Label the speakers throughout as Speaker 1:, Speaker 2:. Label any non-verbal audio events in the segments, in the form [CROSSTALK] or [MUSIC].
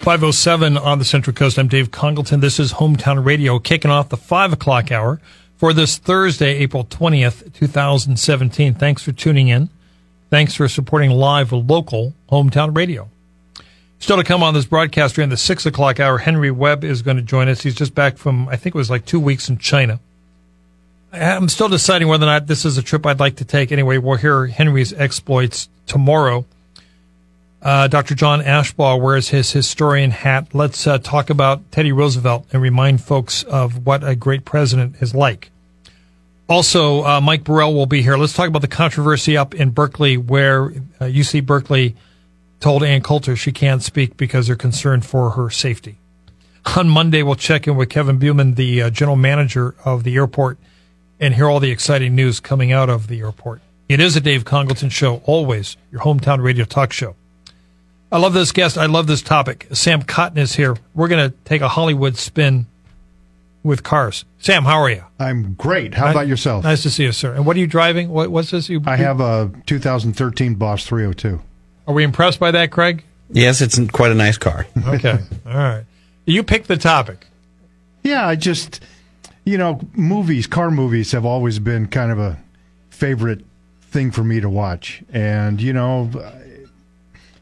Speaker 1: Five oh seven on the Central Coast. I'm Dave Congleton. This is Hometown Radio, kicking off the five o'clock hour for this Thursday, April twentieth, two thousand seventeen. Thanks for tuning in. Thanks for supporting live local hometown radio. Still to come on this broadcast during the six o'clock hour, Henry Webb is going to join us. He's just back from, I think it was like two weeks in China. I'm still deciding whether or not this is a trip I'd like to take. Anyway, we'll hear Henry's exploits tomorrow. Uh, Dr. John Ashbaugh wears his historian hat. Let's uh, talk about Teddy Roosevelt and remind folks of what a great president is like. Also, uh, Mike Burrell will be here. Let's talk about the controversy up in Berkeley where uh, UC Berkeley told Ann Coulter she can't speak because they're concerned for her safety. On Monday, we'll check in with Kevin Buman, the uh, general manager of the airport, and hear all the exciting news coming out of the airport. It is a Dave Congleton show, always your hometown radio talk show. I love this guest. I love this topic. Sam Cotton is here. We're going to take a Hollywood spin with cars. Sam, how are you?
Speaker 2: I'm great. How about yourself?
Speaker 1: Nice to see you, sir. And what are you driving? What, what's this? You,
Speaker 2: I have a 2013 Boss 302.
Speaker 1: Are we impressed by that,
Speaker 2: [LAUGHS]
Speaker 1: Craig?
Speaker 3: Yes, it's quite a nice car.
Speaker 1: Okay. all right. You picked the topic.
Speaker 2: Yeah, I just, you know, movies, car movies have always been kind of a favorite thing for me to watch. And, you know,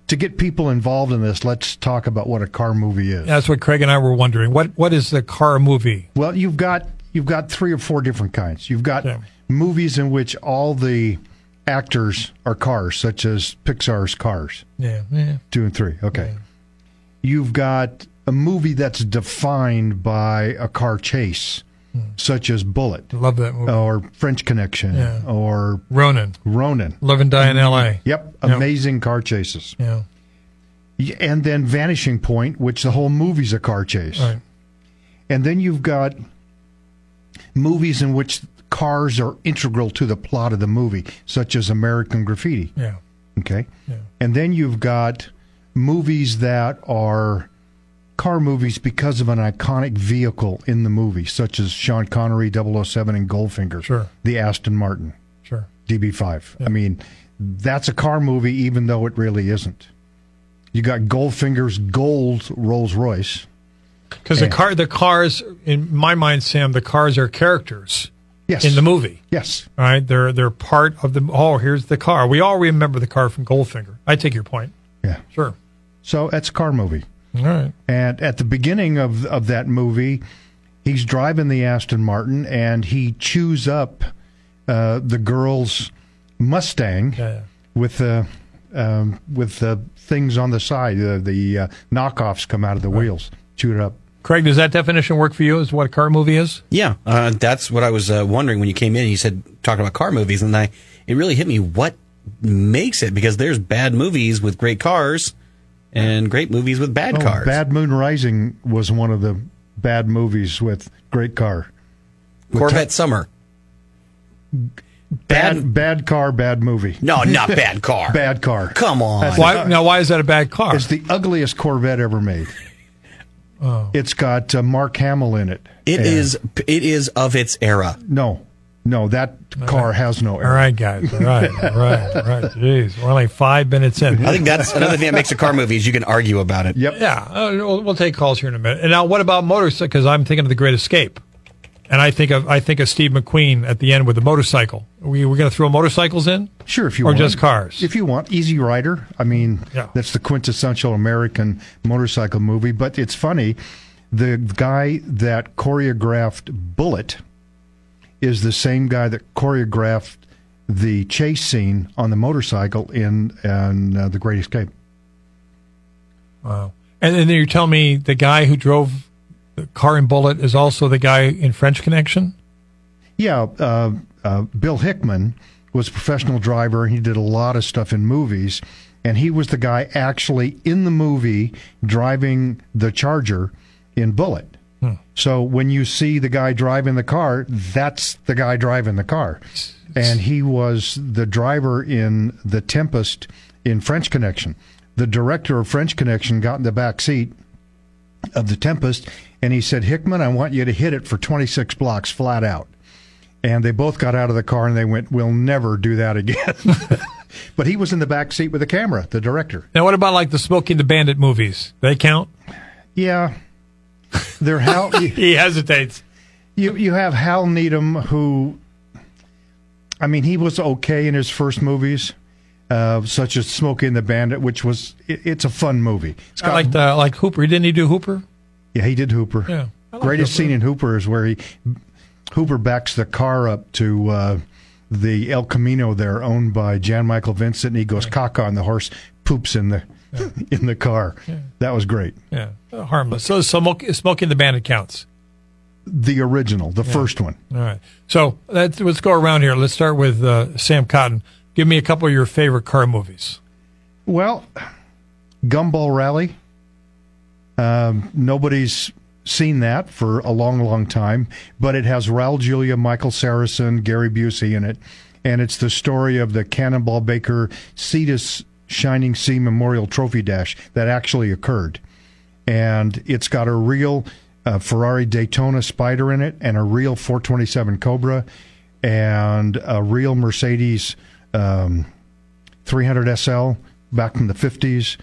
Speaker 2: to get people involved in this, let's talk about what a car movie is.
Speaker 1: That's what Craig and I were wondering. What What is the car movie?
Speaker 2: Well, you've got you've got three or four different kinds. You've got
Speaker 1: Yeah.
Speaker 2: movies in which all the actors are cars, such as Pixar's Cars.
Speaker 1: Yeah. yeah.
Speaker 2: Two and three. Okay. You've got a movie that's defined by a car chase,
Speaker 1: Hmm.
Speaker 2: such as Bullet
Speaker 1: Love that movie.
Speaker 2: or French Connection
Speaker 1: Yeah.
Speaker 2: or
Speaker 1: Ronan.
Speaker 2: Ronin.
Speaker 1: Live and Die in L.A.
Speaker 2: Yep.
Speaker 1: Yep.
Speaker 2: Amazing car chases.
Speaker 1: Yeah.
Speaker 2: Y- And then Vanishing Point, which the whole movie's a car chase.
Speaker 1: All right.
Speaker 2: And then you've got movies in which cars are integral to the plot of the movie, such as American Graffiti.
Speaker 1: Yeah.
Speaker 2: Okay. And then you've got movies that are car movies because of an iconic vehicle in the movie, such as Sean Connery, 007, and Goldfinger.
Speaker 1: Sure.
Speaker 2: The Aston Martin,
Speaker 1: Sure.
Speaker 2: DB5. I mean, that's a car movie, even though it really isn't. You got Goldfinger's gold Rolls Royce.
Speaker 1: Because the car, the cars, in my mind, Sam, the cars are characters
Speaker 2: Yes.
Speaker 1: in the movie.
Speaker 2: Yes.
Speaker 1: All right, they're they're part of the. Oh, here's the car. We all remember the car from Goldfinger. I take your point.
Speaker 2: Yeah.
Speaker 1: Sure.
Speaker 2: So that's a car movie.
Speaker 1: All right.
Speaker 2: And at the beginning of of that movie, he's driving the Aston Martin and he chews up uh, the girl's Mustang
Speaker 1: Yeah.
Speaker 2: with the um, with the things on the side. Uh, the uh, knockoffs come out of the wheels, chewed up.
Speaker 1: Craig, does that definition work for you? Is what a car movie is?
Speaker 3: Yeah, uh, that's what I was uh, wondering when you came in. You said talking about car movies, and I it really hit me what makes it because there's bad movies with great cars and great movies with bad
Speaker 2: Oh,
Speaker 3: cars.
Speaker 2: Bad Moon Rising was one of the bad movies with great car.
Speaker 3: Corvette Summer. Bad,
Speaker 2: Bad bad car, bad movie.
Speaker 3: No,
Speaker 2: [LAUGHS]
Speaker 3: not bad car.
Speaker 2: Bad car.
Speaker 3: Come on.
Speaker 2: That's-
Speaker 1: Why now? Why is that a bad car?
Speaker 2: It's the ugliest Corvette ever made.
Speaker 1: Oh.
Speaker 2: It's got uh, Mark Hamill in it.
Speaker 3: It
Speaker 2: And-
Speaker 3: is it is of its era.
Speaker 2: No, no, that car has no air.
Speaker 1: all right, guys. All right. All right. All right. Jeez, we're only five minutes in.
Speaker 3: I think that's another thing that makes a
Speaker 2: [LAUGHS]
Speaker 3: car movie is you can argue about it.
Speaker 2: Yep.
Speaker 1: Yeah, uh, we'll, we'll take calls here in a minute. And now, what about motorcycle? Because I'm thinking of the Great Escape, and I think of I think of Steve McQueen at the end with the motorcycle. Are we we're going to throw motorcycles in?
Speaker 2: Sure, if you
Speaker 1: or
Speaker 2: want.
Speaker 1: just cars.
Speaker 2: If you want, Easy Rider. I mean,
Speaker 1: Yeah.
Speaker 2: that's the quintessential American motorcycle movie. But it's funny, the guy that choreographed Bullet is the same guy that choreographed the chase scene on the motorcycle in, in uh, The Great Escape.
Speaker 1: Wow. And, and then you tell me the guy who drove the car and bullet is also the guy in French Connection.
Speaker 2: Yeah, uh, uh, Bill Hickman was a professional driver. He did a lot of stuff in movies, and he was the guy actually in the movie driving the Charger in Bullet. So when you see the guy driving the car, that's the guy driving the car. And he was the driver in The Tempest in French Connection. The director of French Connection got in the back seat of the Tempest, and he said, Hickman, I want you to hit it for 26 blocks flat out. And they both got out of the car and they went, We'll never do that again. [LAUGHS] but he was in the back seat with the camera, the director.
Speaker 1: Now, what about like the Smoking the Bandit movies? They count.
Speaker 2: Yeah. They're how
Speaker 1: He hesitates.
Speaker 2: you, you have Hal Needham, who, I mean, he was okay in his first movies, uh, such as Smokey and the Bandit, which was, it, it's a fun movie. It's
Speaker 1: I
Speaker 2: got-
Speaker 1: like the like Hooper. Didn't he do Hooper?
Speaker 2: Yeah, he did Hooper.
Speaker 1: Yeah, I like
Speaker 2: Greatest
Speaker 1: Hooper.
Speaker 2: scene in Hooper is where he Hooper backs the car up to uh, the El Camino there, owned by Jan Michael Vincent, and he goes caca on the horse, poops in the [LAUGHS] in the car. That was great.
Speaker 1: Yeah, Uh, harmless. So, so Mo- Smoking the Bandit counts.
Speaker 2: The original, the first one.
Speaker 1: All right. So let's, let's go around here. Let's start with uh, Sam Cotton. Give me a couple of your favorite car movies.
Speaker 2: Well, Gumball Rally. Um, nobody's seen that for a long, long time, but it has Raul Julia, Michael Saracen, Gary Busey in it, and it's the story of the Cannonball Baker Cetus Shining Sea Memorial Trophy Dash that actually occurred, and it's got a real uh, Ferrari Daytona Spider in it, and a real 427 Cobra, and a real Mercedes. Um, 300 SL back from the 50s.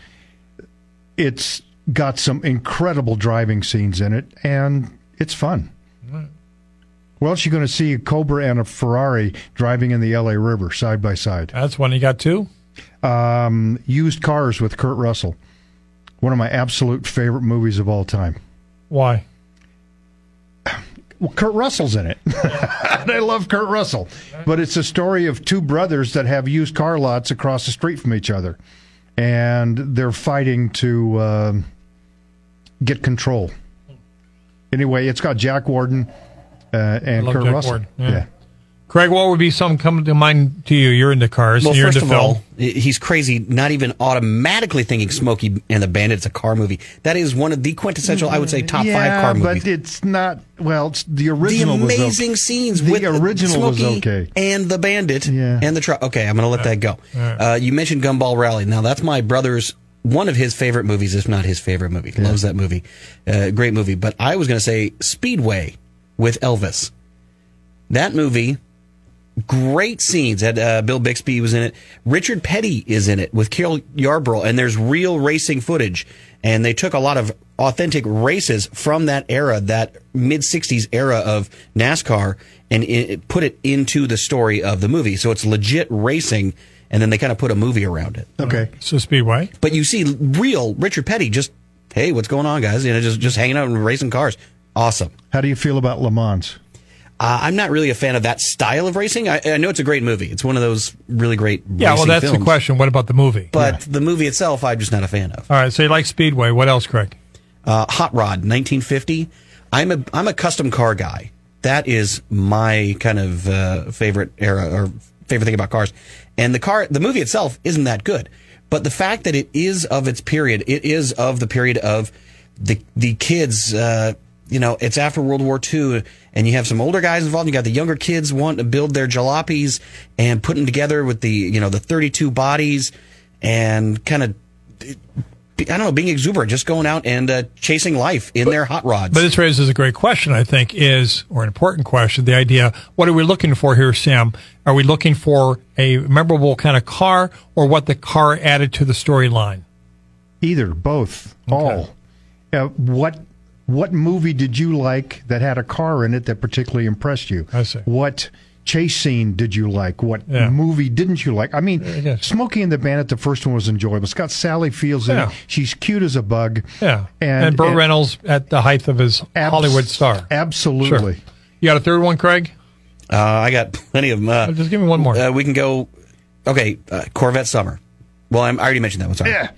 Speaker 2: It's got some incredible driving scenes in it, and it's fun. Where else are you going to see a Cobra and a Ferrari driving in the LA River side by side?
Speaker 1: That's one. You got two.
Speaker 2: Um, used Cars with Kurt Russell. One of my absolute favorite movies of all time.
Speaker 1: Why?
Speaker 2: Well, Kurt Russell's [LAUGHS] in it. and I love Kurt Russell. But it's a story of two brothers that have used car lots across the street from each other. And they're fighting to um get control. Anyway, it's got Jack Warden uh, and
Speaker 1: love
Speaker 2: Kurt
Speaker 1: Jack
Speaker 2: Russell.
Speaker 1: Warden, yeah. Craig, what would be something come to mind to you? You're into cars.
Speaker 3: Well,
Speaker 1: and you're
Speaker 3: first
Speaker 1: into
Speaker 3: of
Speaker 1: film.
Speaker 3: all, i- he's crazy. Not even automatically thinking Smokey and the Bandit's a car movie. That is one of the quintessential, I would say, top
Speaker 2: Yeah,
Speaker 3: five car
Speaker 2: but
Speaker 3: movies.
Speaker 2: it's not. Well, it's, the
Speaker 3: the
Speaker 2: original was
Speaker 3: amazing
Speaker 2: okay.
Speaker 3: scenes
Speaker 2: The
Speaker 3: with
Speaker 2: original was
Speaker 3: Smokey
Speaker 2: okay.
Speaker 3: and the Bandit
Speaker 2: Yeah.
Speaker 3: and the truck. Okay, I'm going to let that go. Uh, you mentioned Gumball Rally. Now that's my brother's one of his favorite movies, if not his favorite movie. Loves that movie. Uh, great movie. But I was going to say Speedway with Elvis. That movie great scenes. Had uh, Bill Bixby was in it. Richard Petty is in it with Carol Yarborough, and there's real racing footage. And they took a lot of authentic races from that era, that mid '60s era of NASCAR, and it, put it into the story of the movie. So it's legit racing, and then they kind of put a movie around it.
Speaker 2: Okay.
Speaker 1: So Speedway.
Speaker 3: But you see real Richard Petty just, hey, what's going on, guys? You know, just just hanging out and racing cars. Awesome.
Speaker 2: How do you feel about Le Mans?
Speaker 3: Uh, I'm not really a fan of that style of racing. I, I know it's a great movie. It's one of those really great.
Speaker 1: Yeah. well,
Speaker 3: racing
Speaker 1: that's the
Speaker 3: films.
Speaker 1: question. What about the movie?
Speaker 3: But the movie itself, I'm just not a fan of.
Speaker 1: all right. So you like Speedway. What else, Craig?
Speaker 3: Uh, Hot Rod, 1950. I'm a I'm a custom car guy. That is my kind of uh, favorite era or favorite thing about cars. And the car, the movie itself isn't that good, but the fact that it is of its period, it is of the period of the the kids. Uh, you know, it's after World War II, and you have some older guys involved. You got the younger kids wanting to build their jalopies and putting together with the you know the 32 bodies and kind of I don't know, being exuberant, just going out and uh, chasing life in their hot rods.
Speaker 1: But this raises a great question, I think, is, or an important question, the idea, what are we looking for here, Sam? Are we looking for a memorable kind of car or what the car added to the storyline?
Speaker 2: Either, both, all. Uh, what what movie did you like that had a car in it that particularly impressed you?
Speaker 1: I see.
Speaker 2: What chase scene did you like? What
Speaker 1: Yeah.
Speaker 2: movie didn't you like? I mean,
Speaker 1: yes.
Speaker 2: Smokey and the Bandit, the first one was enjoyable. It's got Sally Fields in
Speaker 1: Yeah.
Speaker 2: it. She's cute as a bug.
Speaker 1: Yeah. And,
Speaker 2: And,
Speaker 1: Burt
Speaker 2: and
Speaker 1: Reynolds at the height of his
Speaker 2: abs-
Speaker 1: Hollywood star.
Speaker 2: Absolutely.
Speaker 1: Sure. You got a third one, Craig?
Speaker 3: uh, I got plenty of them. Uh,
Speaker 1: Just give me one more.
Speaker 3: uh, we can go. Okay, uh, Corvette Summer. Well, I'm, I already mentioned that one. Sorry.
Speaker 2: Yeah.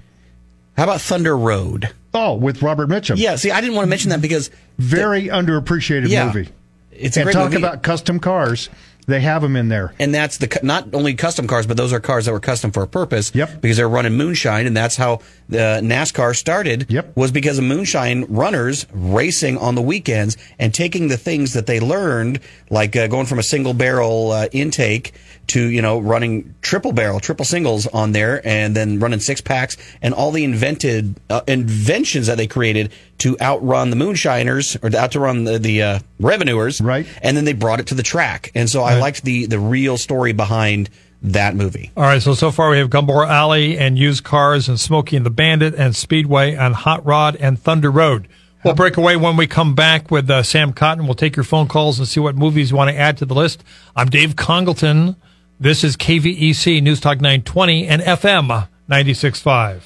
Speaker 3: How about Thunder Road?
Speaker 2: Oh, with Robert Mitchum.
Speaker 3: Yeah, see, I didn't want to mention that because
Speaker 2: Very underappreciated
Speaker 3: Yeah.
Speaker 2: movie.
Speaker 3: it's a
Speaker 2: and
Speaker 3: great
Speaker 2: talk
Speaker 3: movie.
Speaker 2: about custom cars. They have them in there.
Speaker 3: and that's the cu- not only custom cars, but those are cars that were custom for a purpose.
Speaker 2: Yep.
Speaker 3: Because they're running moonshine, and that's how the NASCAR started.
Speaker 2: Yep.
Speaker 3: Was because of moonshine runners racing on the weekends and taking the things that they learned, like uh, going from a single barrel uh, intake to you know running triple barrel, triple singles on there, and then running six packs, and all the invented uh, inventions that they created to outrun the moonshiners or to outrun the, the uh, revenuers
Speaker 2: Right.
Speaker 3: and then they brought it to the track. And so I liked the the real story behind that movie.
Speaker 1: All right, so so far we have Gumball Alley and Used Cars and Smokey and the Bandit and Speedway and Hot Rod and Thunder Road. We'll break away when we come back with uh, Sam Cotton. We'll take your phone calls and see what movies you want to add to the list. I'm Dave Congleton. This is KVEC News Talk 920 and FM 96.5.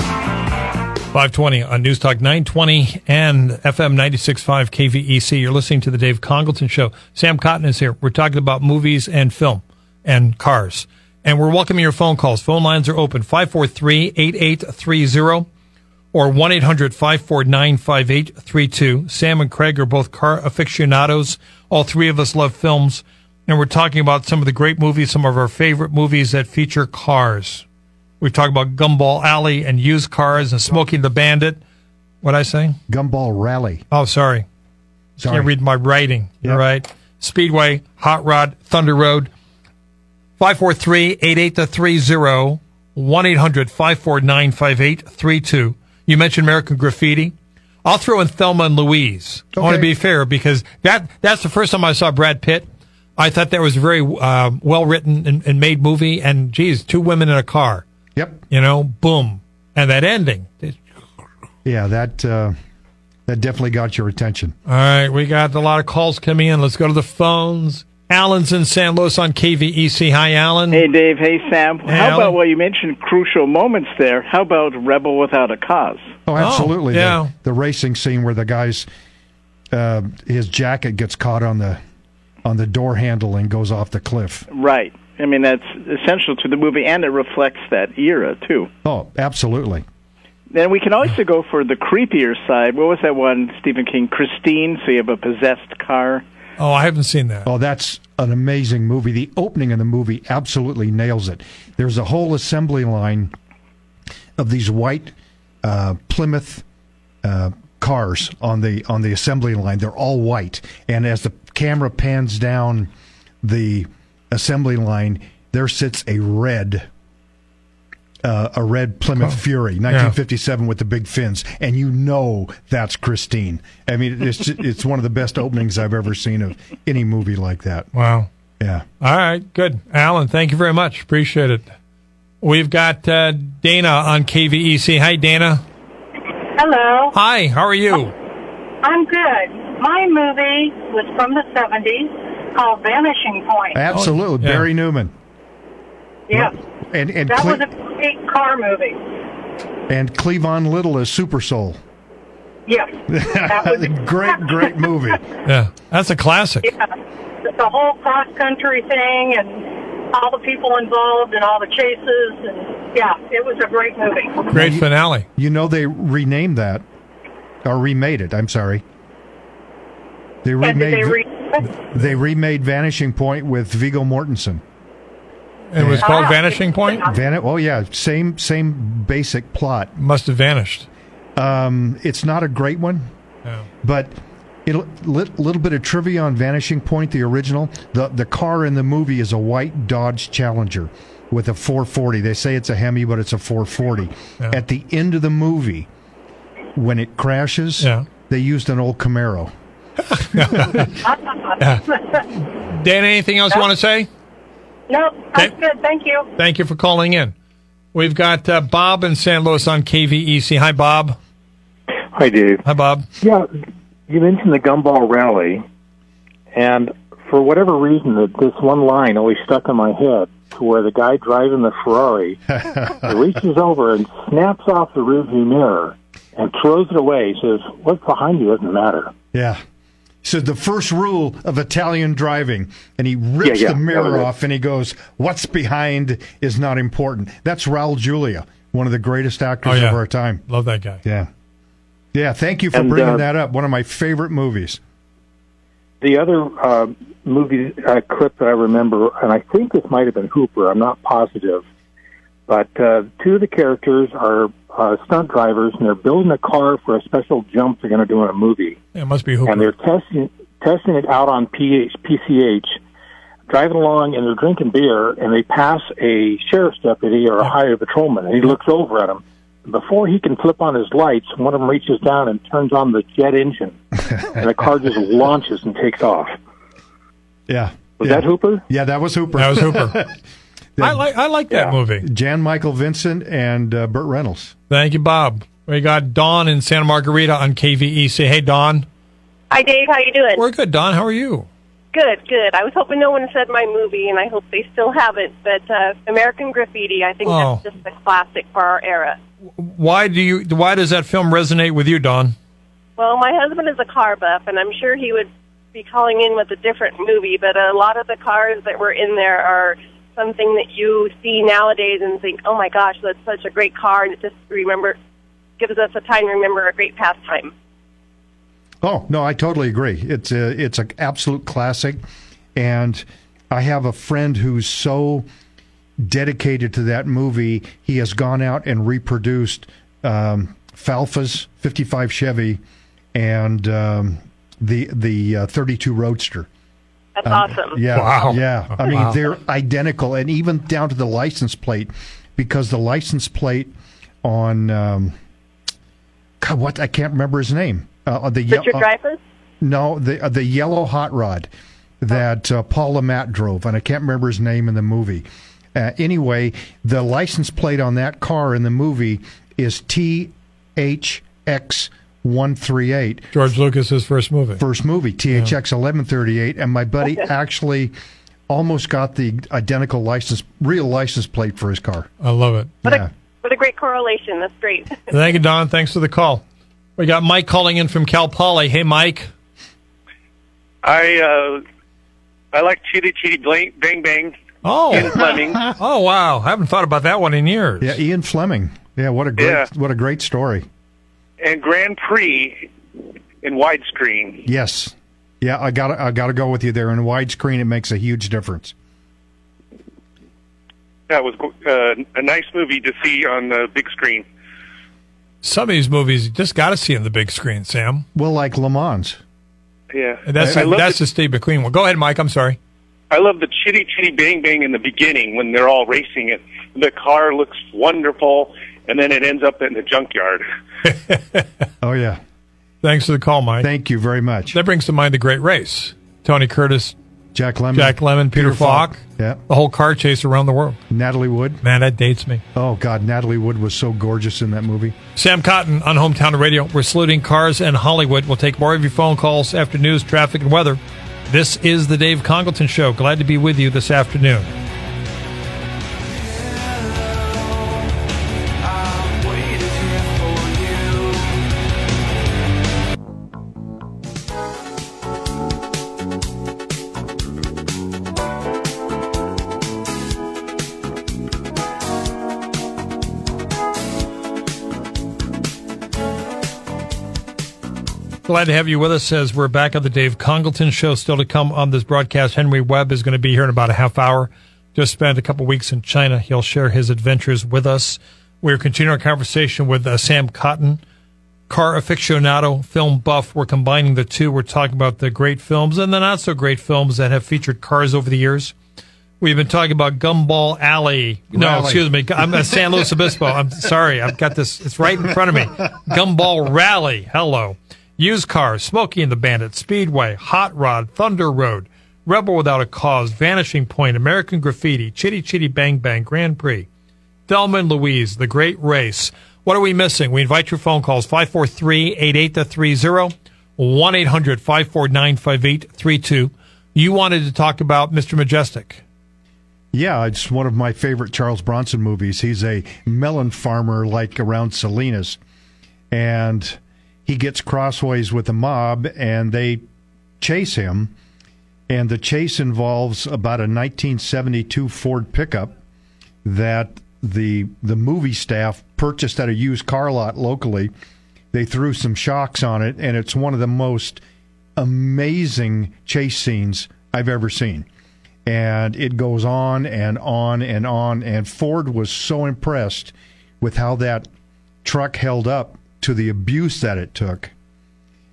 Speaker 1: Five twenty on News Talk nine twenty and FM 96.5 KVEC. E You're listening to the Dave Congleton Show. Sam Cotton is here. We're talking about movies and film and cars, and we're welcoming your phone calls. Phone lines are open 543-8830 or one 800-549-5832. Sam and Craig are both car aficionados. All three of us love films, and we're talking about some of the great movies, some of our favorite movies that feature cars. We've talked about Gumball Alley and used cars and smoking the bandit. What'd I say?
Speaker 2: Gumball Rally.
Speaker 1: Oh, sorry.
Speaker 2: Sorry.
Speaker 1: Can't read my writing.
Speaker 2: Yeah.
Speaker 1: All right. Speedway, Hot Rod, Thunder Road. 543-8830, 1-800-549-5832. You mentioned American Graffiti. I'll throw in Thelma and Louise. I want to
Speaker 2: Okay.
Speaker 1: be fair because that that's the first time I saw Brad Pitt. I thought that was a very uh, well-written and, and made movie. And, geez, two women in a car
Speaker 2: Yep.
Speaker 1: you know, boom, and that ending.
Speaker 2: Yeah, that uh, that definitely got your attention. Oh,
Speaker 1: All right, we got a lot of calls coming in. Let's go to the phones. Alan's in San Luis on KVEC. Hi, Alan.
Speaker 4: Hey, Dave. Hey, Sam. How
Speaker 1: Alan.
Speaker 4: about, well, you mentioned crucial moments there. How about Rebel Without a Cause?
Speaker 2: Oh, absolutely. The-
Speaker 1: yeah.
Speaker 2: The, racing scene where the guy's uh, his jacket gets caught on the on the door handle and goes off the cliff.
Speaker 4: Right. I mean, that's essential to the movie, and it reflects that era, too.
Speaker 2: Oh, absolutely.
Speaker 4: Then we can also go for the creepier side. What was that one, Stephen King? Christine, so you have a possessed car.
Speaker 1: Oh, I haven't seen that.
Speaker 2: Oh, that's an amazing movie. The opening of the movie absolutely nails it. There's a whole assembly line of these white uh, Plymouth uh, cars on the on the assembly line. They're all white, and as the camera pans down the assembly line, there sits a red. Uh, a red Plymouth Fury, 1957, with the big fins, and you know that's Christine. I mean, it's ju- it's one of the best openings I've ever seen of any movie like that.
Speaker 1: Wow.
Speaker 2: Yeah.
Speaker 1: All right, good. Alan, thank you very much. Appreciate it. We've got uh, Dana on KVEC. Hi, Dana.
Speaker 5: Hello,
Speaker 1: Hi, how are you?
Speaker 5: I'm good. My movie was from the 70s called Vanishing Point.
Speaker 2: Absolutely,
Speaker 1: yeah.
Speaker 2: Barry Newman.
Speaker 5: yeah.
Speaker 2: And and
Speaker 5: That
Speaker 2: Cle-
Speaker 5: was a great car movie.
Speaker 2: and Cleavon Little as Super Soul.
Speaker 5: Yes. That
Speaker 2: [LAUGHS]
Speaker 5: was
Speaker 2: great, great movie.
Speaker 1: Yeah, that's a classic.
Speaker 5: the whole cross country thing and all the people involved and all the chases and yeah, it was a great movie.
Speaker 1: Great finale.
Speaker 2: You know they renamed that or remade it. I'm sorry. They
Speaker 5: And did
Speaker 2: remade
Speaker 5: they
Speaker 2: they,
Speaker 5: read?
Speaker 2: remade Vanishing Point with Vigo Mortensen.
Speaker 1: It was called
Speaker 5: Ah.
Speaker 1: Vanishing Point.
Speaker 2: Van- oh yeah, same same basic plot.
Speaker 1: Must have vanished.
Speaker 2: It's not a great one,
Speaker 1: Yeah.
Speaker 2: but a little bit of trivia on Vanishing Point, the original. The the car in the movie is a white Dodge Challenger with a 440. They say it's a Hemi, but it's a 440.
Speaker 1: Yeah.
Speaker 2: At the end of the movie, when it crashes,
Speaker 1: Yeah.
Speaker 2: they used an old Camaro.
Speaker 1: Dana, anything else you want to say?
Speaker 5: Nope, that's
Speaker 1: Okay.
Speaker 5: good. Thank you.
Speaker 1: Thank you for calling in. We've got uh, Bob in San Luis on KVEC. Hi, Bob.
Speaker 6: Hi, Dave.
Speaker 1: Hi, Bob.
Speaker 6: Yeah, you mentioned the gumball rally, and for whatever reason, that this one line always stuck in my head, to where the guy driving the Ferrari reaches over and snaps off the rearview mirror and throws it away. He says, "What's behind you doesn't matter."
Speaker 2: Yeah. said the first rule of Italian driving, and he rips
Speaker 6: yeah,
Speaker 2: the
Speaker 6: that
Speaker 2: mirror
Speaker 6: was it.
Speaker 2: off and he goes, "What's behind is not important." That's Raul Julia, one of the greatest actors
Speaker 1: Oh, yeah.
Speaker 2: of our time.
Speaker 1: Love that guy.
Speaker 2: Yeah, yeah. Thank you for
Speaker 6: And,
Speaker 2: bringing
Speaker 6: uh,
Speaker 2: that up. One of my favorite movies.
Speaker 6: The other uh, movie uh, clip that I remember, and I think this might have been Hooper, I'm not positive, but uh, two of the characters are uh, stunt drivers, and they're building a car for a special jump they're going to do in a movie,
Speaker 1: Yeah, it must be Hooper.
Speaker 6: and they're testing testing it out on PH, PCH, driving along, and they're drinking beer, and they pass a sheriff's deputy or a highway patrolman, and he looks over at him. Before he can flip on his lights, one of them reaches down and turns on the jet engine, and the car just launches and takes off.
Speaker 2: Yeah.
Speaker 6: Was
Speaker 2: yeah.
Speaker 6: that Hooper?
Speaker 2: Yeah, that was Hooper.
Speaker 1: That was
Speaker 6: [LAUGHS]
Speaker 1: Hooper. I like I like that
Speaker 6: Yeah.
Speaker 1: movie.
Speaker 2: [LAUGHS] Jan Michael Vincent and uh, Burt Reynolds.
Speaker 1: Thank you, Bob. We got Dawn in Santa Margarita on KVEC. Hey, Dawn.
Speaker 5: Hi, Dave. How you doing?
Speaker 1: We're good. Dawn, how are you?
Speaker 5: Good, good. I was hoping no one said my movie, and I hope they still haven't. But uh, American Graffiti, I think
Speaker 1: Oh.
Speaker 5: that's just a classic for our era.
Speaker 1: Why do you? Why does that film resonate with you, Dawn?
Speaker 5: Well, my husband is a car buff, and I'm sure he would be calling in with a different movie. But a lot of the cars that were in there are something that you see nowadays and think, "Oh my gosh, that's such a great car!" And it just remember gives us a time to remember a great pastime.
Speaker 2: Oh no, I totally agree. It's a, it's an absolute classic, and I have a friend who's so dedicated to that movie. He has gone out and reproduced um, Falfa's '55 Chevy and um, the the uh, '32 Roadster.
Speaker 5: That's awesome.
Speaker 2: Yeah,
Speaker 1: Wow.
Speaker 2: yeah. I mean,
Speaker 1: Wow.
Speaker 2: they're identical, and even down to the license plate, because the license plate on um, God, what I can't remember his name. Uh, on the ye-
Speaker 5: Richard
Speaker 2: uh,
Speaker 5: Dreyfuss.
Speaker 2: no, the uh, the yellow hot rod that uh, Paul Lamatt drove, and I can't remember his name in the movie. Uh, anyway, the license plate on that car in the movie is THX one three eight.
Speaker 1: George Lucas's first movie.
Speaker 2: First movie THX eleven thirty eight, and my buddy actually almost got the identical license, real license plate for his car.
Speaker 1: I love it.
Speaker 2: Yeah.
Speaker 5: What a great correlation. That's great.
Speaker 1: Thank you, Don. Thanks for the call. We got Mike calling in from Cal Poly. Hey, Mike.
Speaker 7: I uh, I like Chitty Chitty Bang Bang, bang in
Speaker 1: Oh,
Speaker 7: Fleming.
Speaker 1: [LAUGHS] oh, wow. I haven't thought about that one in years.
Speaker 2: Yeah, Ian Fleming. Yeah, what a great
Speaker 7: Yeah.
Speaker 2: what a great story.
Speaker 7: and Grand Prix in widescreen.
Speaker 2: Yes. Yeah, I got to I got to go with you there in widescreen it makes a huge difference.
Speaker 7: That was uh, a nice movie to see on the big screen.
Speaker 1: Some of these movies you just got to see on the big screen, Sam.
Speaker 2: Well, like Le Mans.
Speaker 7: Yeah,
Speaker 1: And That's
Speaker 7: I, I love
Speaker 1: that's
Speaker 7: the,
Speaker 1: the Steve McQueen one. Go ahead, Mike. I'm sorry.
Speaker 7: I love the Chitty Chitty Bang Bang in the beginning when they're all racing it. The car looks wonderful, and then it ends up in the junkyard.
Speaker 2: Oh yeah.
Speaker 1: Thanks for the call, Mike.
Speaker 2: Thank you very much.
Speaker 1: that brings to mind the Great Race. Tony Curtis,
Speaker 2: Jack Lemmon.
Speaker 1: Jack Lemon, Peter, Falk.
Speaker 2: Mm-hmm. Yeah.
Speaker 1: The whole car chase around the world.
Speaker 2: Natalie Wood.
Speaker 1: Man, that dates me.
Speaker 2: Oh god, Natalie Wood was so gorgeous in that movie.
Speaker 1: Sam Cotton on Hometown Radio. We're saluting cars and Hollywood. We'll take more of your phone calls after news, traffic, and weather. This is the Dave Congleton Show. Glad to be with you this afternoon. Glad to have you with us as we're back on the Dave Congleton show. Still to come on this broadcast, Henry Webb is going to be here in about a half hour. Just spent a couple weeks in China. He'll share his adventures with us. We're continuing our conversation with uh, Sam Cotton, car aficionado, film buff. We're combining the two. We're talking about the great films and the not so great films that have featured cars over the years. We've been talking about Gumball Alley. No,
Speaker 2: Rally.
Speaker 1: excuse me. I'm at San Luis Obispo. I'm sorry. I've got this. It's right in front of me. Gumball Rally. Hello. Used cars, Smokey and the Bandit, Speedway, Hot Rod, Thunder Road, Rebel Without a Cause, Vanishing Point, American Graffiti, Chitty Chitty Bang Bang, Grand Prix, Delman Louise, The Great Race. What are we missing? We invite your phone calls 543 8830 1 800 549 5832. You wanted to talk about Mr. Majestic.
Speaker 2: Yeah, it's one of my favorite Charles Bronson movies. He's a melon farmer like around Salinas and he gets crossways with the mob and they chase him, and the chase involves about a 1972 Ford pickup that the the movie staff purchased at a used car lot locally. They threw some shocks on it, and it's one of the most amazing chase scenes I've ever seen. And it goes on and on and on. And Ford was so impressed with how that truck held up to the abuse that it took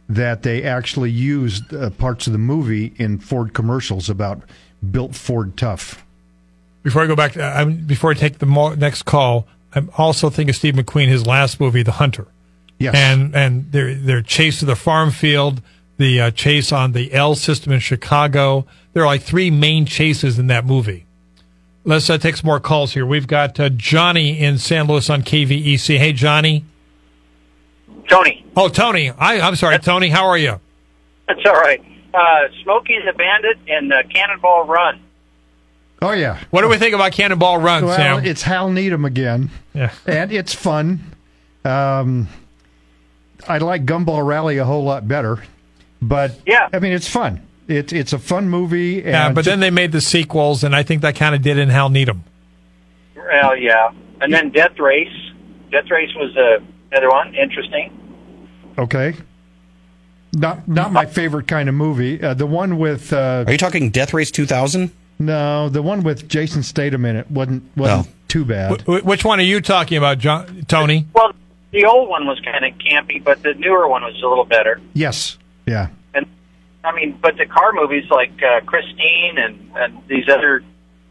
Speaker 2: that they actually used uh, parts of the movie in Ford commercials about built Ford tough.
Speaker 1: Before I go back, to, uh, I'm, before I take the mo- next call, I'm also thinking of Steve McQueen, his last movie, The Hunter.
Speaker 2: Yes.
Speaker 1: And and their their chase to the farm field, the uh, chase on the L system in Chicago. There are like three main chases in that movie. Let's uh, take some more calls here. We've got uh, Johnny in San Luis on KVEC. Hey, Johnny.
Speaker 8: Tony,
Speaker 1: Oh, Tony. I, I'm sorry, Tony. How are you?
Speaker 8: that's all right. Uh, Smokey the Bandit and uh, Cannonball Run.
Speaker 2: oh yeah.
Speaker 1: What do we think about Cannonball Run,
Speaker 2: Well,
Speaker 1: Sam?
Speaker 2: it's Hal Needham again,
Speaker 1: yeah.
Speaker 2: and it's fun. Um, I like Gumball Rally a whole lot better, but
Speaker 8: Yeah.
Speaker 2: I mean it's fun. It's it's a fun movie. And
Speaker 1: Yeah, but then they made the sequels, and I think that kind of did in Hal Needham.
Speaker 8: Well, yeah, and then Death Race. Death Race was uh, another one. Interesting.
Speaker 2: okay. Not not my favorite kind of movie. Uh, the one with uh,
Speaker 3: Are you talking Death Race 2000?
Speaker 2: no, the one with Jason Statham in it wasn't wasn't
Speaker 3: No.
Speaker 2: too bad.
Speaker 1: Wh- Which one are you talking about, John, Tony?
Speaker 8: Well, the old one was kind of campy, but the newer one was a little better.
Speaker 2: Yes. Yeah.
Speaker 8: And I mean, but the car movies like uh, Christine and and these other,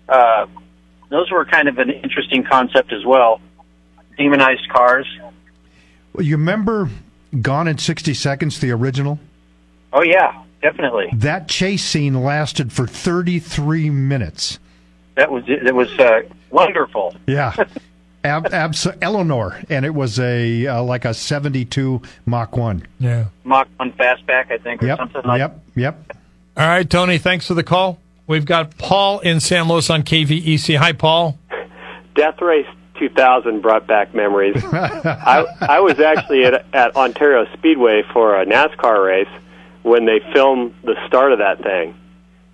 Speaker 8: uh, those were kind of an interesting concept as well. Demonized cars.
Speaker 2: Well, you remember Gone in 60 Seconds, the original?
Speaker 8: Oh yeah, definitely.
Speaker 2: That chase scene lasted for 33 minutes.
Speaker 8: That was it was uh, wonderful.
Speaker 2: Yeah. [LAUGHS] Ab- abs- Eleanor, and it was a uh, like a 72 Mach 1.
Speaker 1: Yeah.
Speaker 8: Mach one fastback, I think, or
Speaker 2: Yep.
Speaker 8: something like.
Speaker 2: Yep. Yep.
Speaker 1: All right, Tony. Thanks for the call. We've got Paul in San Luis on KVEC. Hi, Paul.
Speaker 9: Death Race 2000 brought back memories. I, I was actually at, at Ontario Speedway for a NASCAR race when they filmed the start of that thing.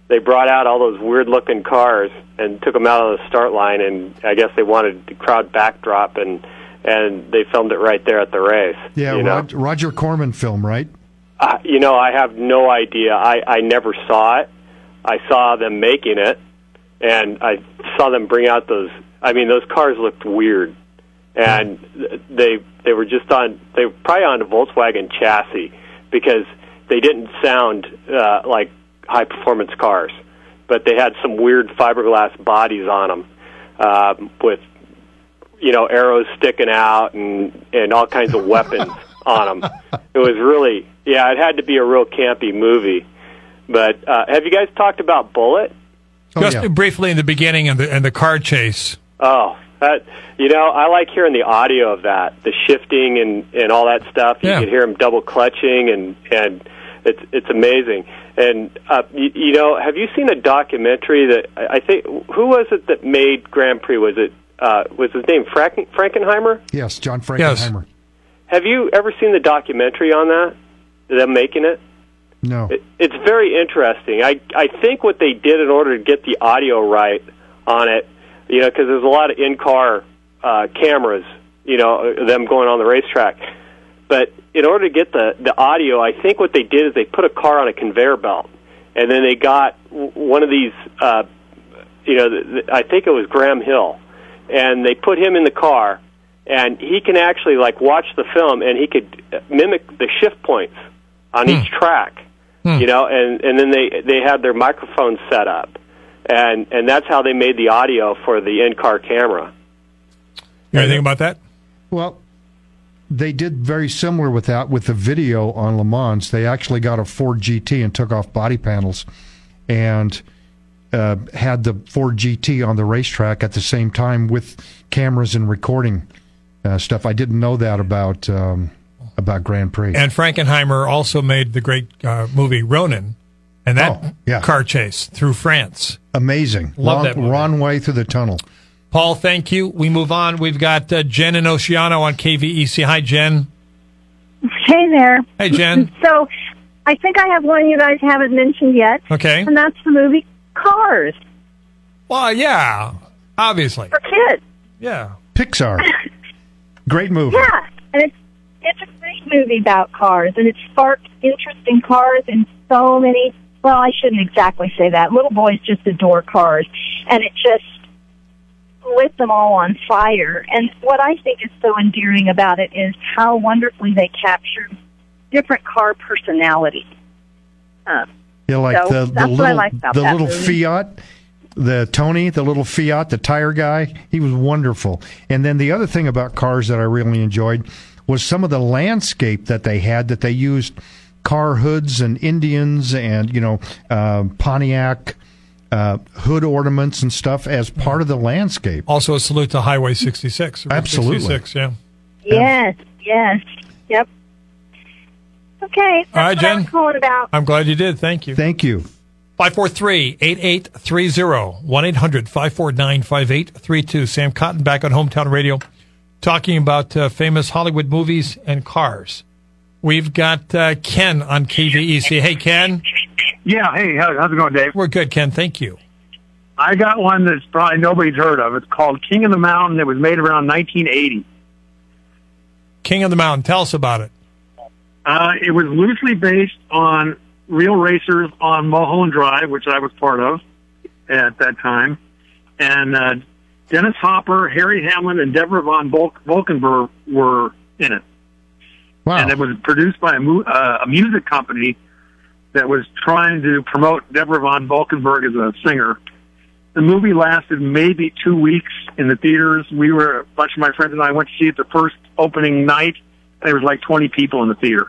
Speaker 9: They brought out all those weird looking cars and took them out on the start line, and I guess they wanted the crowd backdrop, and and they filmed it right there at the race.
Speaker 2: Yeah.
Speaker 9: you know,
Speaker 2: Rod- Roger Corman film, right?
Speaker 9: I, you know, I have no idea. I I never saw it. I saw them making it, and I saw them bring out those. I mean, those cars looked weird, and th- they they were just on. They were probably on a Volkswagen chassis because they didn't sound uh, like high performance cars, but they had some weird fiberglass bodies on them um, with you know arrows sticking out and and all kinds of weapons on them. It was really yeah, it had to be a real campy movie. But uh, have you guys talked about Bullet?
Speaker 2: Oh,
Speaker 1: Just
Speaker 2: yeah.
Speaker 1: briefly in the beginning and the and the car chase.
Speaker 9: Oh, that you know I like hearing the audio of that, the shifting and and all that stuff. You
Speaker 1: Yeah.
Speaker 9: can hear him double clutching and and it's it's amazing. And uh, you, you know, have you seen a documentary that I I think who was it that made Grand Prix? Was it uh, was his name Franken, Frankenheimer?
Speaker 2: Yes. John Frankenheimer.
Speaker 9: Have you ever seen the documentary on that? Them making it?
Speaker 2: No.
Speaker 9: It- It's very interesting. I I think what they did in order to get the audio right on it, you know, because there's a lot of in-car uh, cameras, you know, uh, them going on the racetrack. But in order to get the the audio, I think what they did is they put a car on a conveyor belt, and then they got w- one of these, uh, you know, th- th- I think it was Graham Hill, and they put him in the car, and he can actually like watch the film, and he could uh, mimic the shift points on
Speaker 1: Hmm.
Speaker 9: each track you know and and then they they had their microphones set up and and that's how they made the audio for the in car camera
Speaker 1: You know anything about that?
Speaker 2: Well, they did very similar with that with the video on Le Mans. They actually got a Ford GT and took off body panels and uh, had the Ford GT on the racetrack at the same time with cameras and recording uh, stuff. I didn't know that about um, about Grand Prix.
Speaker 1: And Frankenheimer also made the great uh, movie Ronin, and that
Speaker 2: Oh, yeah.
Speaker 1: car chase through France.
Speaker 2: Amazing.
Speaker 1: Love
Speaker 2: Long-
Speaker 1: that movie.
Speaker 2: Ron Way through the tunnel.
Speaker 1: Paul, thank you. We move on. We've got uh, Jen in Oceano on KVEC. Hi, E Jen.
Speaker 10: Hey there.
Speaker 2: [LAUGHS]
Speaker 1: Hey, Jen.
Speaker 10: [LAUGHS] So I think I have one you guys haven't mentioned yet.
Speaker 1: Okay.
Speaker 10: And that's the movie Cars
Speaker 1: Well, yeah, obviously.
Speaker 10: for kids.
Speaker 1: Yeah.
Speaker 2: Pixar. Great movie.
Speaker 10: Yeah, and it's it's a great movie about cars, and it sparked interest in cars in so many. Well, I shouldn't exactly say that. Little boys just adore cars, and it just lit them all on fire. And what I think is so endearing about it is how wonderfully they captured different car personalities. Uh,
Speaker 2: Yeah, like
Speaker 10: So,
Speaker 2: the, the
Speaker 10: that's
Speaker 2: little,
Speaker 10: what I like about
Speaker 2: the
Speaker 10: that
Speaker 2: little
Speaker 10: movie.
Speaker 2: Fiat, the Tony, the little Fiat, the tire guy. He was wonderful. And then the other thing about cars that I really enjoyed was some of the landscape that they had that they used car hoods and Indians and you know uh, Pontiac uh, hood ornaments and stuff as part of the landscape.
Speaker 1: Also, a salute to Highway 66. Route
Speaker 2: Absolutely.
Speaker 1: 66, yeah.
Speaker 10: yes, yes, yep. Okay, that's
Speaker 1: All right,
Speaker 10: what I
Speaker 1: Jen.
Speaker 10: was calling about.
Speaker 1: I'm glad you did. Thank you.
Speaker 2: Thank you.
Speaker 1: 543 8830 1 800 549 5832. Sam Cotton back on Hometown Radio talking about uh, famous Hollywood movies and cars. We've got uh, Ken on KVEC. Hey, Ken.
Speaker 11: Yeah, hey, how- how's it going, Dave?
Speaker 1: We're good, Ken. Thank you.
Speaker 11: I got one that's probably nobody's heard of. It's called King of the Mountain. It was made around 1980.
Speaker 1: King of the Mountain. Tell us about it.
Speaker 11: Uh, it was loosely based on real racers on Mulholland Drive, which I was part of at that time. And uh, Dennis Hopper, Harry Hamlin, and Deborah von Vol- Volkenberg were in it.
Speaker 2: Wow.
Speaker 11: And it was produced by a, mu- uh, a music company that was trying to promote Deborah von Volkenberg as a singer. The movie lasted maybe two weeks in the theaters. We were, a bunch of my friends and I went to see it the first opening night. There was like 20 people in the theater.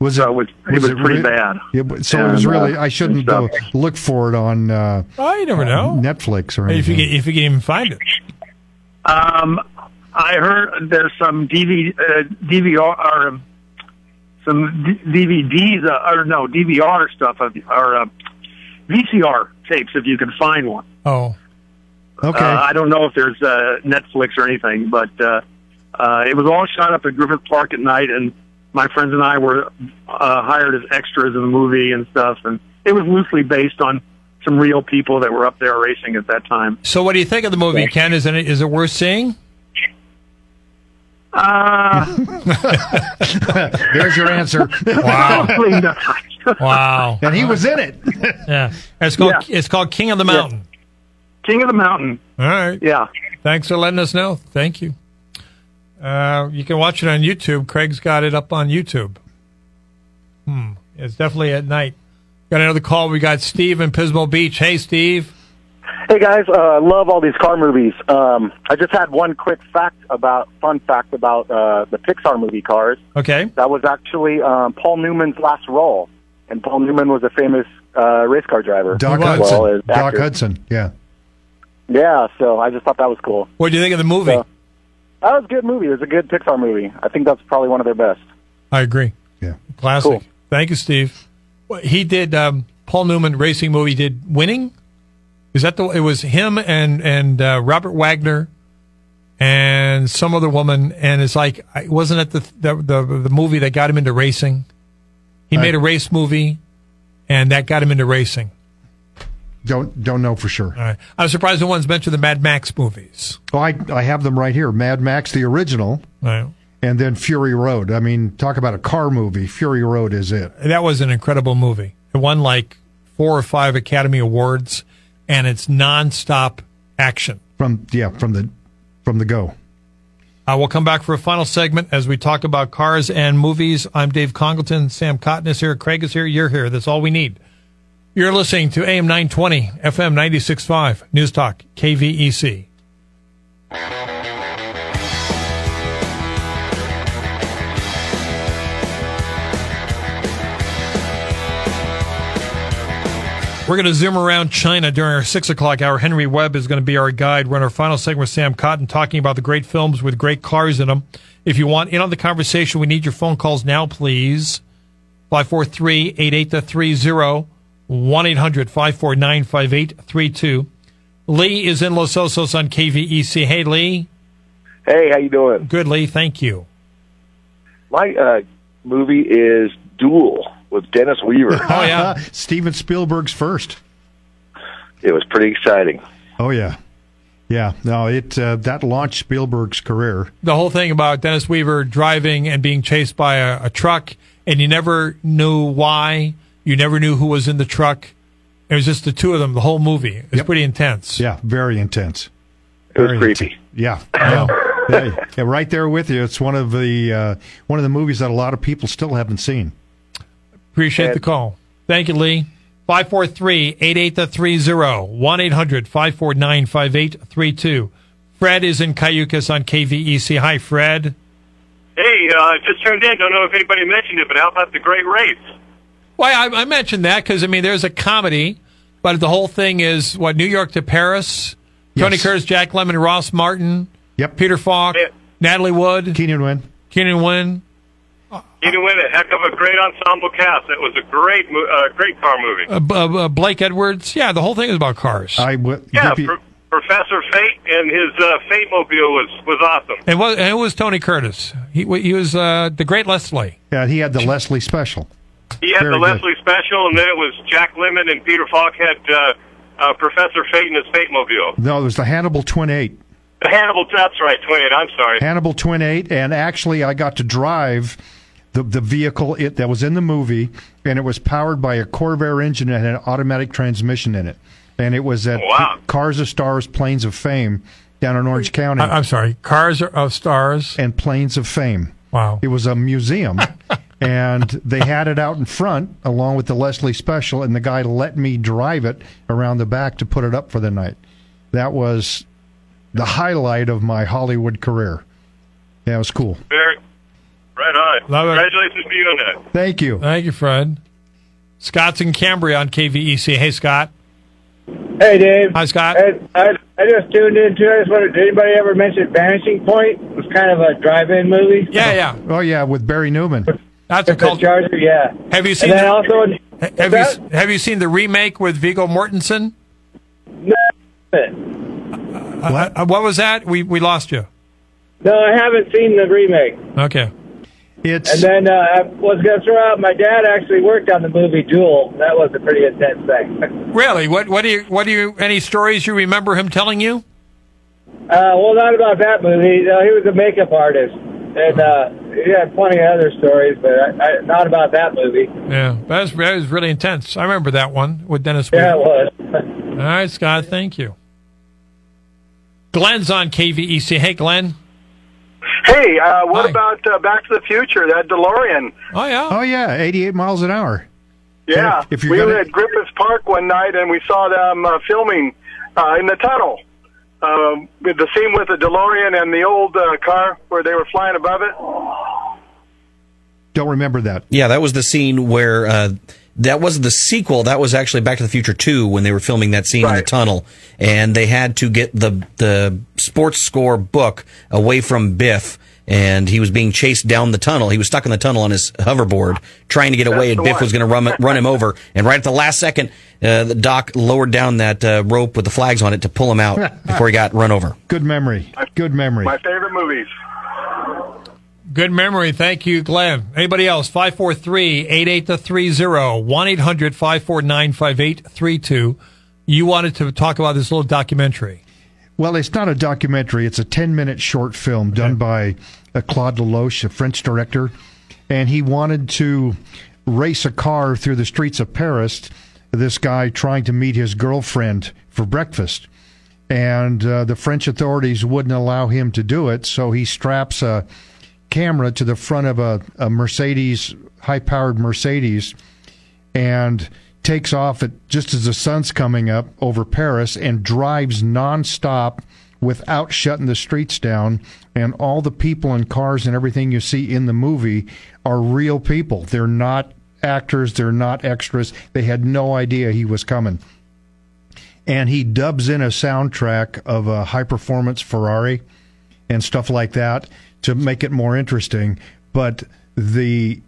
Speaker 2: Was it,
Speaker 11: was, uh, it was pretty bad.
Speaker 2: Yeah, but- so it was
Speaker 11: And, uh,
Speaker 2: really. I shouldn't go look for it on. Uh,
Speaker 1: Oh, you never know.
Speaker 2: Netflix or anything.
Speaker 1: If you, can, if you can even find it.
Speaker 11: Um, I heard there's some DV, uh, DVR or um, some D- DVDs uh, or no DVR stuff of, or uh, VCR tapes if you can find one.
Speaker 1: Oh.
Speaker 2: Okay.
Speaker 11: Uh, I don't know if there's uh, Netflix or anything, but uh, uh, it was all shot up at Griffith Park at night, and my friends and I were uh, hired as extras in the movie and stuff, and it was loosely based on some real people that were up there racing at that time.
Speaker 1: So, what do you think of the movie, Ken? Is it, is it worth [LAUGHS] seeing?
Speaker 11: Uh,
Speaker 2: There's your [LAUGHS] answer.
Speaker 11: Probably not.
Speaker 1: Wow.
Speaker 2: And he was in it.
Speaker 1: Yeah. It's called, it's called King of the Mountain.
Speaker 11: King of the Mountain.
Speaker 1: All right.
Speaker 11: Yeah.
Speaker 1: Thanks for letting us know. Thank you. Uh, you can watch it on YouTube. Craig's got it up on YouTube. Hmm. It's definitely at night. Got another call. We got Steve in Pismo Beach. Hey, Steve.
Speaker 12: Hey guys, uh, love all these car movies. Um, I just had one quick fact about, fun fact about uh, the Pixar movie Cars.
Speaker 1: Okay.
Speaker 12: That was actually um, Paul Newman's last role, and Paul Newman was a famous uh, race car driver.
Speaker 2: Doc
Speaker 12: as
Speaker 2: Hudson.
Speaker 12: well as
Speaker 2: Doc
Speaker 12: actor.
Speaker 2: Hudson. Yeah.
Speaker 12: Yeah, so I just thought that was cool.
Speaker 1: What do you think of the movie?
Speaker 12: That was a good movie. It was a good Pixar movie. I think that's probably one of their best.
Speaker 1: I agree.
Speaker 2: Yeah.
Speaker 1: Classic. Thank you, Steve. Well, He did um, Paul Newman racing movie. Did Winning? Is that the? It was him and and uh, Robert Wagner and some other woman. And it's like I- wasn't it the the the, the movie that got him into racing? He made a race movie, and that got him into racing.
Speaker 2: Don't don't know for sure.
Speaker 1: All right. I'm surprised no one's mentioned the Mad Max movies.
Speaker 2: Oh, I I have them right here. Mad Max the original,
Speaker 1: All right.
Speaker 2: and then Fury Road. I mean, talk about a car movie. Fury Road is it.
Speaker 1: That was an incredible movie. It won like four or five Academy Awards, and it's nonstop action.
Speaker 2: From yeah, from the from the go.
Speaker 1: Uh, we'll come back for a final segment as we talk about cars and movies. I'm Dave Congleton. Sam Cotton is here. Craig is here. You're here. That's all we need. You're listening to AM 920, FM 96.5, News Talk, E KVEC. We're going to zoom around China during our six o'clock hour. Henry Webb is going to be our guide. We're in our final segment with Sam Cotton talking about the great films with great cars in them. If you want in on the conversation, we need your phone calls now, please. 543 8830 1 800 549 5832. Lee is in Los Osos on KVEC. Hey, Lee.
Speaker 13: Hey, how you doing?
Speaker 1: Good, Lee. Thank you.
Speaker 13: My uh, movie is Duel. was Dennis Weaver.
Speaker 2: [LAUGHS]
Speaker 1: Oh yeah,
Speaker 2: Steven Spielberg's first.
Speaker 13: It was pretty exciting.
Speaker 2: Oh yeah, yeah. No, it uh, that launched Spielberg's career.
Speaker 1: the whole thing about Dennis Weaver driving and being chased by a, a truck, and you never knew why. You never knew who was in the truck. It was just the two of them the whole movie. It's pretty intense.
Speaker 2: Yeah, very intense.
Speaker 13: It was
Speaker 2: Very
Speaker 13: creepy.
Speaker 2: Yeah, yeah.
Speaker 13: [LAUGHS]
Speaker 2: Yeah, yeah, right there with you. It's one of the uh, one of the movies that a lot of people still haven't seen.
Speaker 1: Appreciate the call. Thank you, Lee. 543-8830, 1-800-549-5832. Fred is in Cayucas on KVEC. Hi, Fred.
Speaker 14: Hey, uh, just turned in. Don't know if anybody mentioned it, but how about the Great Race?
Speaker 1: Well, I, I mentioned that because, I mean, there's a comedy, but the whole thing is, what, New York to Paris? Tony Curtis, Jack Lemon, Ross Martin,
Speaker 2: yep.
Speaker 1: Peter Falk, Natalie Wood.
Speaker 2: Keenan Wynn.
Speaker 1: Keenan Wynn.
Speaker 14: Even with a heck of a great ensemble cast. That was a great, mo- uh, great car movie.
Speaker 1: Uh, B- uh, Blake Edwards. Yeah, the whole thing is about cars.
Speaker 2: I w-
Speaker 14: yeah, Pro- Professor Fate and his uh, Fate Mobile was was awesome.
Speaker 1: and, what, and who was Tony Curtis? He, he was uh, the great Leslie.
Speaker 2: Yeah, he had the Leslie special.
Speaker 14: He had
Speaker 2: Very
Speaker 14: the
Speaker 2: good.
Speaker 14: Leslie special, and then it was Jack Lemmon and Peter Falk had uh, uh, Professor Fate and his Fate Mobile.
Speaker 2: No, it was the Hannibal Twin Eight.
Speaker 14: Hannibal, that's right, Twin. I'm sorry.
Speaker 2: Hannibal Twin Eight, and actually, I got to drive the the vehicle it, that was in the movie, and it was powered by a Corvair engine that had an automatic transmission in it, and it was
Speaker 13: Oh,
Speaker 2: at Cars of Stars, Planes of Fame down in Orange County.
Speaker 1: I- I'm sorry, Cars of Stars
Speaker 2: and Planes of Fame.
Speaker 1: Wow,
Speaker 2: it was a museum. And they had it out in front along with the Leslie special, and the guy let me drive it around the back to put it up for the night. That was the highlight of my Hollywood career. That was cool.
Speaker 14: Very, right on.
Speaker 1: Love it.
Speaker 14: Congratulations to you on that.
Speaker 2: Thank you.
Speaker 1: Thank you, Fred. Scott's in Cambria on KVEC. Hey, Scott.
Speaker 15: Hey, Dave.
Speaker 1: Hi, Scott.
Speaker 15: I, I just tuned in too. I just wondered, did anybody ever mention Vanishing Point? It was kind of a drive-in movie.
Speaker 1: Yeah, yeah.
Speaker 2: Oh yeah, with Barry Newman.
Speaker 1: That's a cult.
Speaker 15: Charger, yeah.
Speaker 1: Have you seen
Speaker 15: And then
Speaker 1: the,
Speaker 15: also,
Speaker 1: Ha- have you s- have you seen the remake with Vigo Mortensen?
Speaker 15: No.
Speaker 1: What? uh, what was that? We we lost you.
Speaker 15: no, I haven't seen the remake.
Speaker 1: Okay.
Speaker 2: It's
Speaker 15: and then uh, I was going to throw out. My dad actually worked on the movie Duel. That was a pretty intense thing.
Speaker 1: Really? What what do you what do you any stories you remember him telling you?
Speaker 15: Uh, well, not about that movie. No, he was a makeup artist, and uh, he had plenty of other stories, but I, I, not about that movie.
Speaker 1: Yeah, that was, that was really intense. I remember that one with Dennis.
Speaker 15: Yeah, it
Speaker 1: Weaver.
Speaker 15: was.
Speaker 1: All right, Scott. Thank you. Glenn's on KVEC. Hey, Glenn.
Speaker 16: Hey, uh, what about uh, Back to the Future? That DeLorean.
Speaker 1: Oh yeah.
Speaker 2: Oh yeah, 88 miles an hour.
Speaker 16: Yeah,
Speaker 2: If you're
Speaker 16: we
Speaker 2: gonna-
Speaker 16: were at Griffith Park one night and we saw them uh, filming uh, in the tunnel. Um, with the scene with the DeLorean and the old uh, car where they were flying above it.
Speaker 2: Don't remember that.
Speaker 3: Yeah, that was the scene where uh, that was the sequel. That was actually Back to the Future Two when they were filming that scene in the tunnel, and they had to get the the sports score book away from Biff. And he was being chased down the tunnel. He was stuck in the tunnel on his hoverboard, trying to get away. And
Speaker 16: the
Speaker 3: Biff
Speaker 16: one.
Speaker 3: was going to run run him over. And right at the last second, uh, the doc lowered down that uh, rope with the flags on it to pull him out before he got run over.
Speaker 2: Good memory. Good memory.
Speaker 16: My favorite movies.
Speaker 1: Good memory. Thank you, Glenn. Anybody else? 543-8830, 1-800-549-5832. You wanted to talk about this little documentary.
Speaker 2: Well, it's not a documentary. It's a 10 minute short film done by uh, Claude Lelouch, a French director. And he wanted to race a car through the streets of Paris, this guy trying to meet his girlfriend for breakfast. And uh, the French authorities wouldn't allow him to do it, so he straps a camera to the front of a, a Mercedes, high powered Mercedes, and takes off at just as the sun's coming up over Paris and drives nonstop without shutting the streets down. And all the people and cars and everything you see in the movie are real people. They're not actors, they're not extras. They had no idea he was coming. And he dubs in a soundtrack of a high performance Ferrari and stuff like that to make it more interesting. But the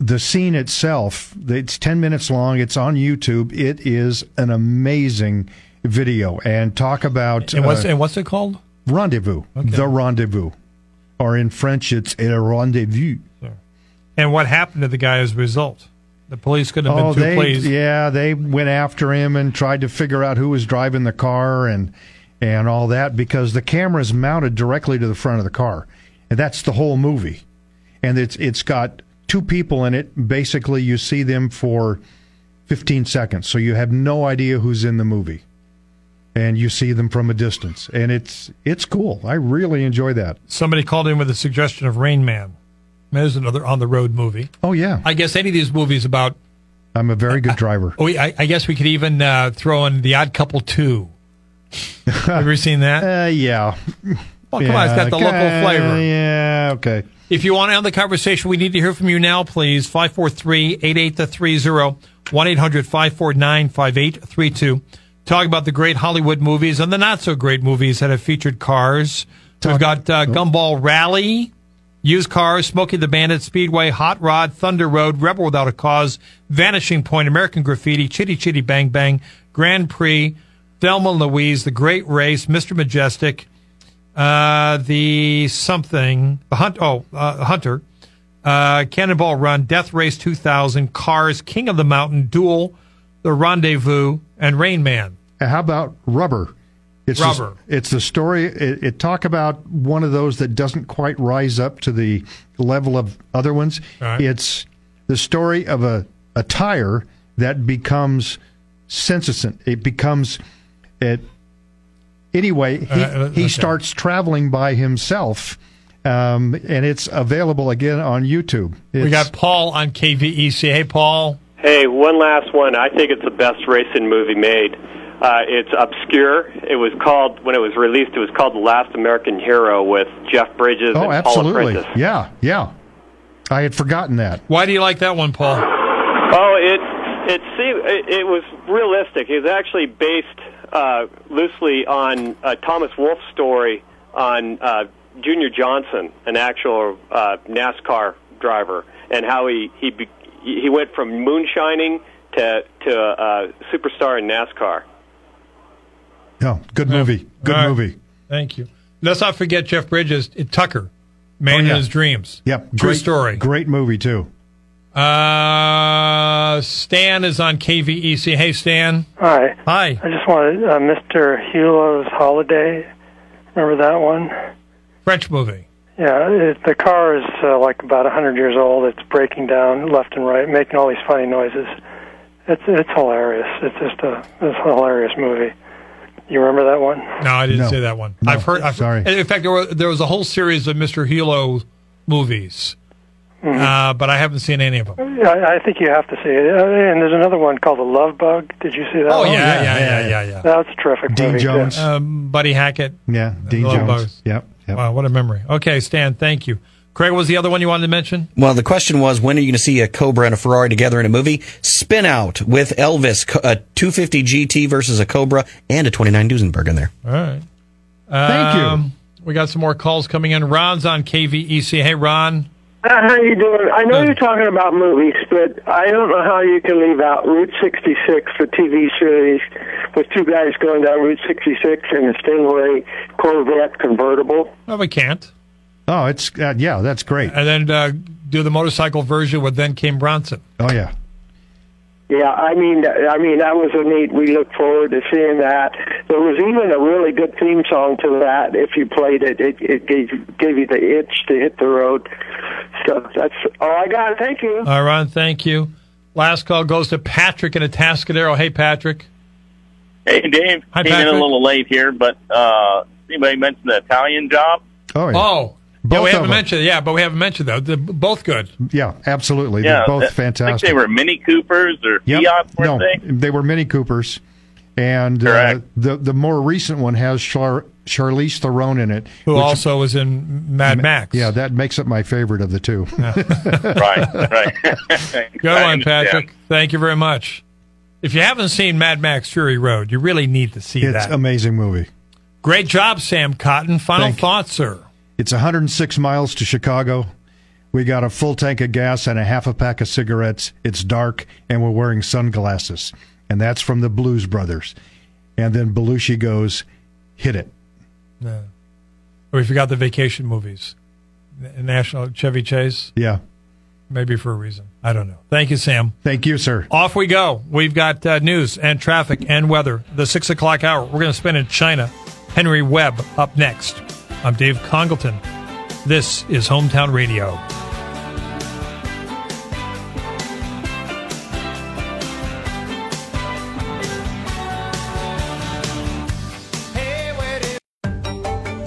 Speaker 2: the scene itself, it's ten minutes long. It's on YouTube. It is an amazing video. And talk about
Speaker 1: And what's,
Speaker 2: uh,
Speaker 1: and what's it called?
Speaker 2: rendezvous, the rendezvous, or in French, it's a rendezvous.
Speaker 1: And what happened to the guy as a result? The police could have been too
Speaker 2: Oh, they,
Speaker 1: pleased.
Speaker 2: Yeah, they went after him and tried to figure out who was driving the car and and all that because the camera's mounted directly to the front of the car. And that's the whole movie. And it's it's got two people in it. Basically, you see them for 15 seconds. So you have no idea who's in the movie. And you see them from a distance. And it's it's cool. I really enjoy that.
Speaker 1: Somebody called in with a suggestion of Rain Man. There's another on the road movie.
Speaker 2: Oh yeah.
Speaker 1: I guess any of these movies about.
Speaker 2: I'm a very good
Speaker 1: [LAUGHS]
Speaker 2: driver.
Speaker 1: Oh, I, I guess we could even uh, throw in The Odd Couple Two. [LAUGHS] ever seen that?
Speaker 2: Uh, yeah.
Speaker 1: Well, come on, it's got the
Speaker 2: Yeah,
Speaker 1: local flavor.
Speaker 2: Yeah, okay.
Speaker 1: If you want to end the conversation, we need to hear from you now, please. 543 8830 1 800 549 5832. Talk about the great Hollywood movies and the not so great movies that have featured cars. We've got uh, Gumball Rally, Used Cars, Smokey the Bandit, Speedway, Hot Rod, Thunder Road, Rebel Without a Cause, Vanishing Point, American Graffiti, Chitty Chitty Bang Bang, Grand Prix, Thelma and Louise, The Great Race, Mr. Majestic, uh, the something, the hunt. Oh, uh, Hunter, uh, Cannonball Run, Death Race 2000, Cars, King of the Mountain, Duel, The Rendezvous, and Rain Man.
Speaker 2: And Uh, How about rubber? It's the-
Speaker 1: Rubber.
Speaker 2: it's the story. It, it talk about one of those that doesn't quite rise up to the level of other ones. It's the story of a, a tire that becomes sensistent. It becomes it. Anyway, he,
Speaker 1: Uh, uh,
Speaker 2: he
Speaker 1: okay.
Speaker 2: starts traveling by himself, um, and it's available again on YouTube.
Speaker 1: we
Speaker 2: It's-
Speaker 1: got Paul on KVEC. Hey, Paul.
Speaker 9: Hey, one last one. I think it's the best racing movie made. Uh, it's obscure. It was called when it was released. It was called The Last American Hero with Jeff Bridges
Speaker 2: oh,
Speaker 9: and Paula
Speaker 2: absolutely,
Speaker 9: Prentice.
Speaker 2: yeah, yeah. I had forgotten that.
Speaker 1: Why do you like that one, Paul?
Speaker 9: Oh, it it seemed it, it was realistic. It was actually based uh, loosely on uh, Thomas Wolfe's story on uh, Junior Johnson, an actual uh, NASCAR driver, and how he he be, he went from moonshining to to uh, superstar in NASCAR.
Speaker 2: No, Oh, good movie. Good
Speaker 1: All right.
Speaker 2: movie.
Speaker 1: Thank you. Let's not forget Jeff Bridges, uh, Tucker, Man in His Dreams.
Speaker 2: Oh, Yep.
Speaker 1: True
Speaker 2: great,
Speaker 1: story.
Speaker 2: Great movie too.
Speaker 1: Uh, Stan is on KVEC. Hey, Stan.
Speaker 17: Hi.
Speaker 1: Hi.
Speaker 17: I just wanted uh, Mr. Hulot's Holiday. Remember that one?
Speaker 1: French movie.
Speaker 17: Yeah, it, the car is uh, like about a 100 years old. It's breaking down left and right, making all these funny noises. It's it's hilarious. It's just a it's a hilarious movie. You remember that one?
Speaker 1: No, I didn't
Speaker 17: No.
Speaker 1: say that one. I've heard. I've,
Speaker 17: Sorry.
Speaker 1: In fact, there, were, there was a whole series of Mr. Hilo movies, uh, but I haven't seen any of them.
Speaker 17: Yeah, I, I think you have to see it. Uh, and there's another one called The Love Bug. Did you see that?
Speaker 1: Oh,
Speaker 17: one?
Speaker 1: yeah, yeah, yeah, yeah, yeah, yeah.
Speaker 17: That's a terrific. movie, too.
Speaker 1: um, Buddy Hackett.
Speaker 2: Yeah,
Speaker 1: Dean
Speaker 3: Jones.
Speaker 2: Yep,
Speaker 1: Oh, Wow, what a memory. Okay, Stan, thank you. Craig, what was the other one you wanted to mention?
Speaker 3: Well, the question was, when are you going to see a Cobra and a Ferrari together in a movie? Spin out with Elvis, co- a 250 GT versus a Cobra and a 29 Duesenberg in there.
Speaker 1: All right.
Speaker 3: Thank you.
Speaker 1: you. We got some more calls coming in. Ron's on KVEC. Hey, Ron.
Speaker 18: Uh, how you doing? I know you're talking about movies, but I don't know how you can leave out Route 66, the TV series, with two guys going down Route 66 in a Stingray Corvette convertible.
Speaker 1: No, we can't.
Speaker 2: Oh, it's uh, yeah, that's great.
Speaker 1: And then uh, do the motorcycle version with then Kim Bronson.
Speaker 2: Oh yeah.
Speaker 18: Yeah, I mean, I mean that was a neat. We look forward to seeing that. There was even a really good theme song to that. If you played it, it, it gave gave you the itch to hit the road. So that's all I got. Thank you.
Speaker 1: All right, Ron, thank you. Last call goes to Patrick in Atascadero. Hey, Patrick.
Speaker 19: Hey, Dave.
Speaker 1: Hi,
Speaker 19: Came in
Speaker 1: Patrick.
Speaker 19: a little late here, but uh, anybody mentioned the Italian job?
Speaker 2: Oh, yeah.
Speaker 1: Oh, yeah,
Speaker 2: Both
Speaker 1: we
Speaker 2: of
Speaker 1: haven't
Speaker 2: them.
Speaker 1: mentioned it. Yeah, but we haven't mentioned that. They're both good.
Speaker 2: Yeah, absolutely. They're both
Speaker 19: that- I think
Speaker 2: fantastic.
Speaker 19: they were Mini Coopers or
Speaker 2: Yep.
Speaker 19: Fiat, weren't
Speaker 2: no,
Speaker 19: they?
Speaker 2: they were Mini Coopers, and uh, the the more recent one has Char- Charlize Theron in it,
Speaker 1: Who
Speaker 2: which-
Speaker 1: also was in Mad Max.
Speaker 2: Yeah, that makes it my favorite of the two.
Speaker 19: right, right.
Speaker 1: Good one, Patrick. Thank you very much. If you haven't seen Mad Max Fury Road, you really need to see
Speaker 2: it's
Speaker 1: that.
Speaker 2: amazing movie.
Speaker 1: Great job, Sam Cotton. Final
Speaker 2: Thank you.
Speaker 1: thoughts, sir.
Speaker 2: It's 106 miles to Chicago. We got a full tank of gas and a half a pack of cigarettes. It's dark, and we're wearing sunglasses. And that's from the Blues Brothers. And then Belushi goes, hit it.
Speaker 1: No. We forgot the vacation movies. N- National Chevy Chase.
Speaker 2: Yeah.
Speaker 1: Maybe for a reason. I don't know. Thank you, Sam.
Speaker 2: Thank you, sir.
Speaker 1: Off we go. We've got uh, news and traffic and weather. The six o'clock hour. We're going to spend in China. Henry Webb up next. I'm Dave Congleton. This is Hometown Radio.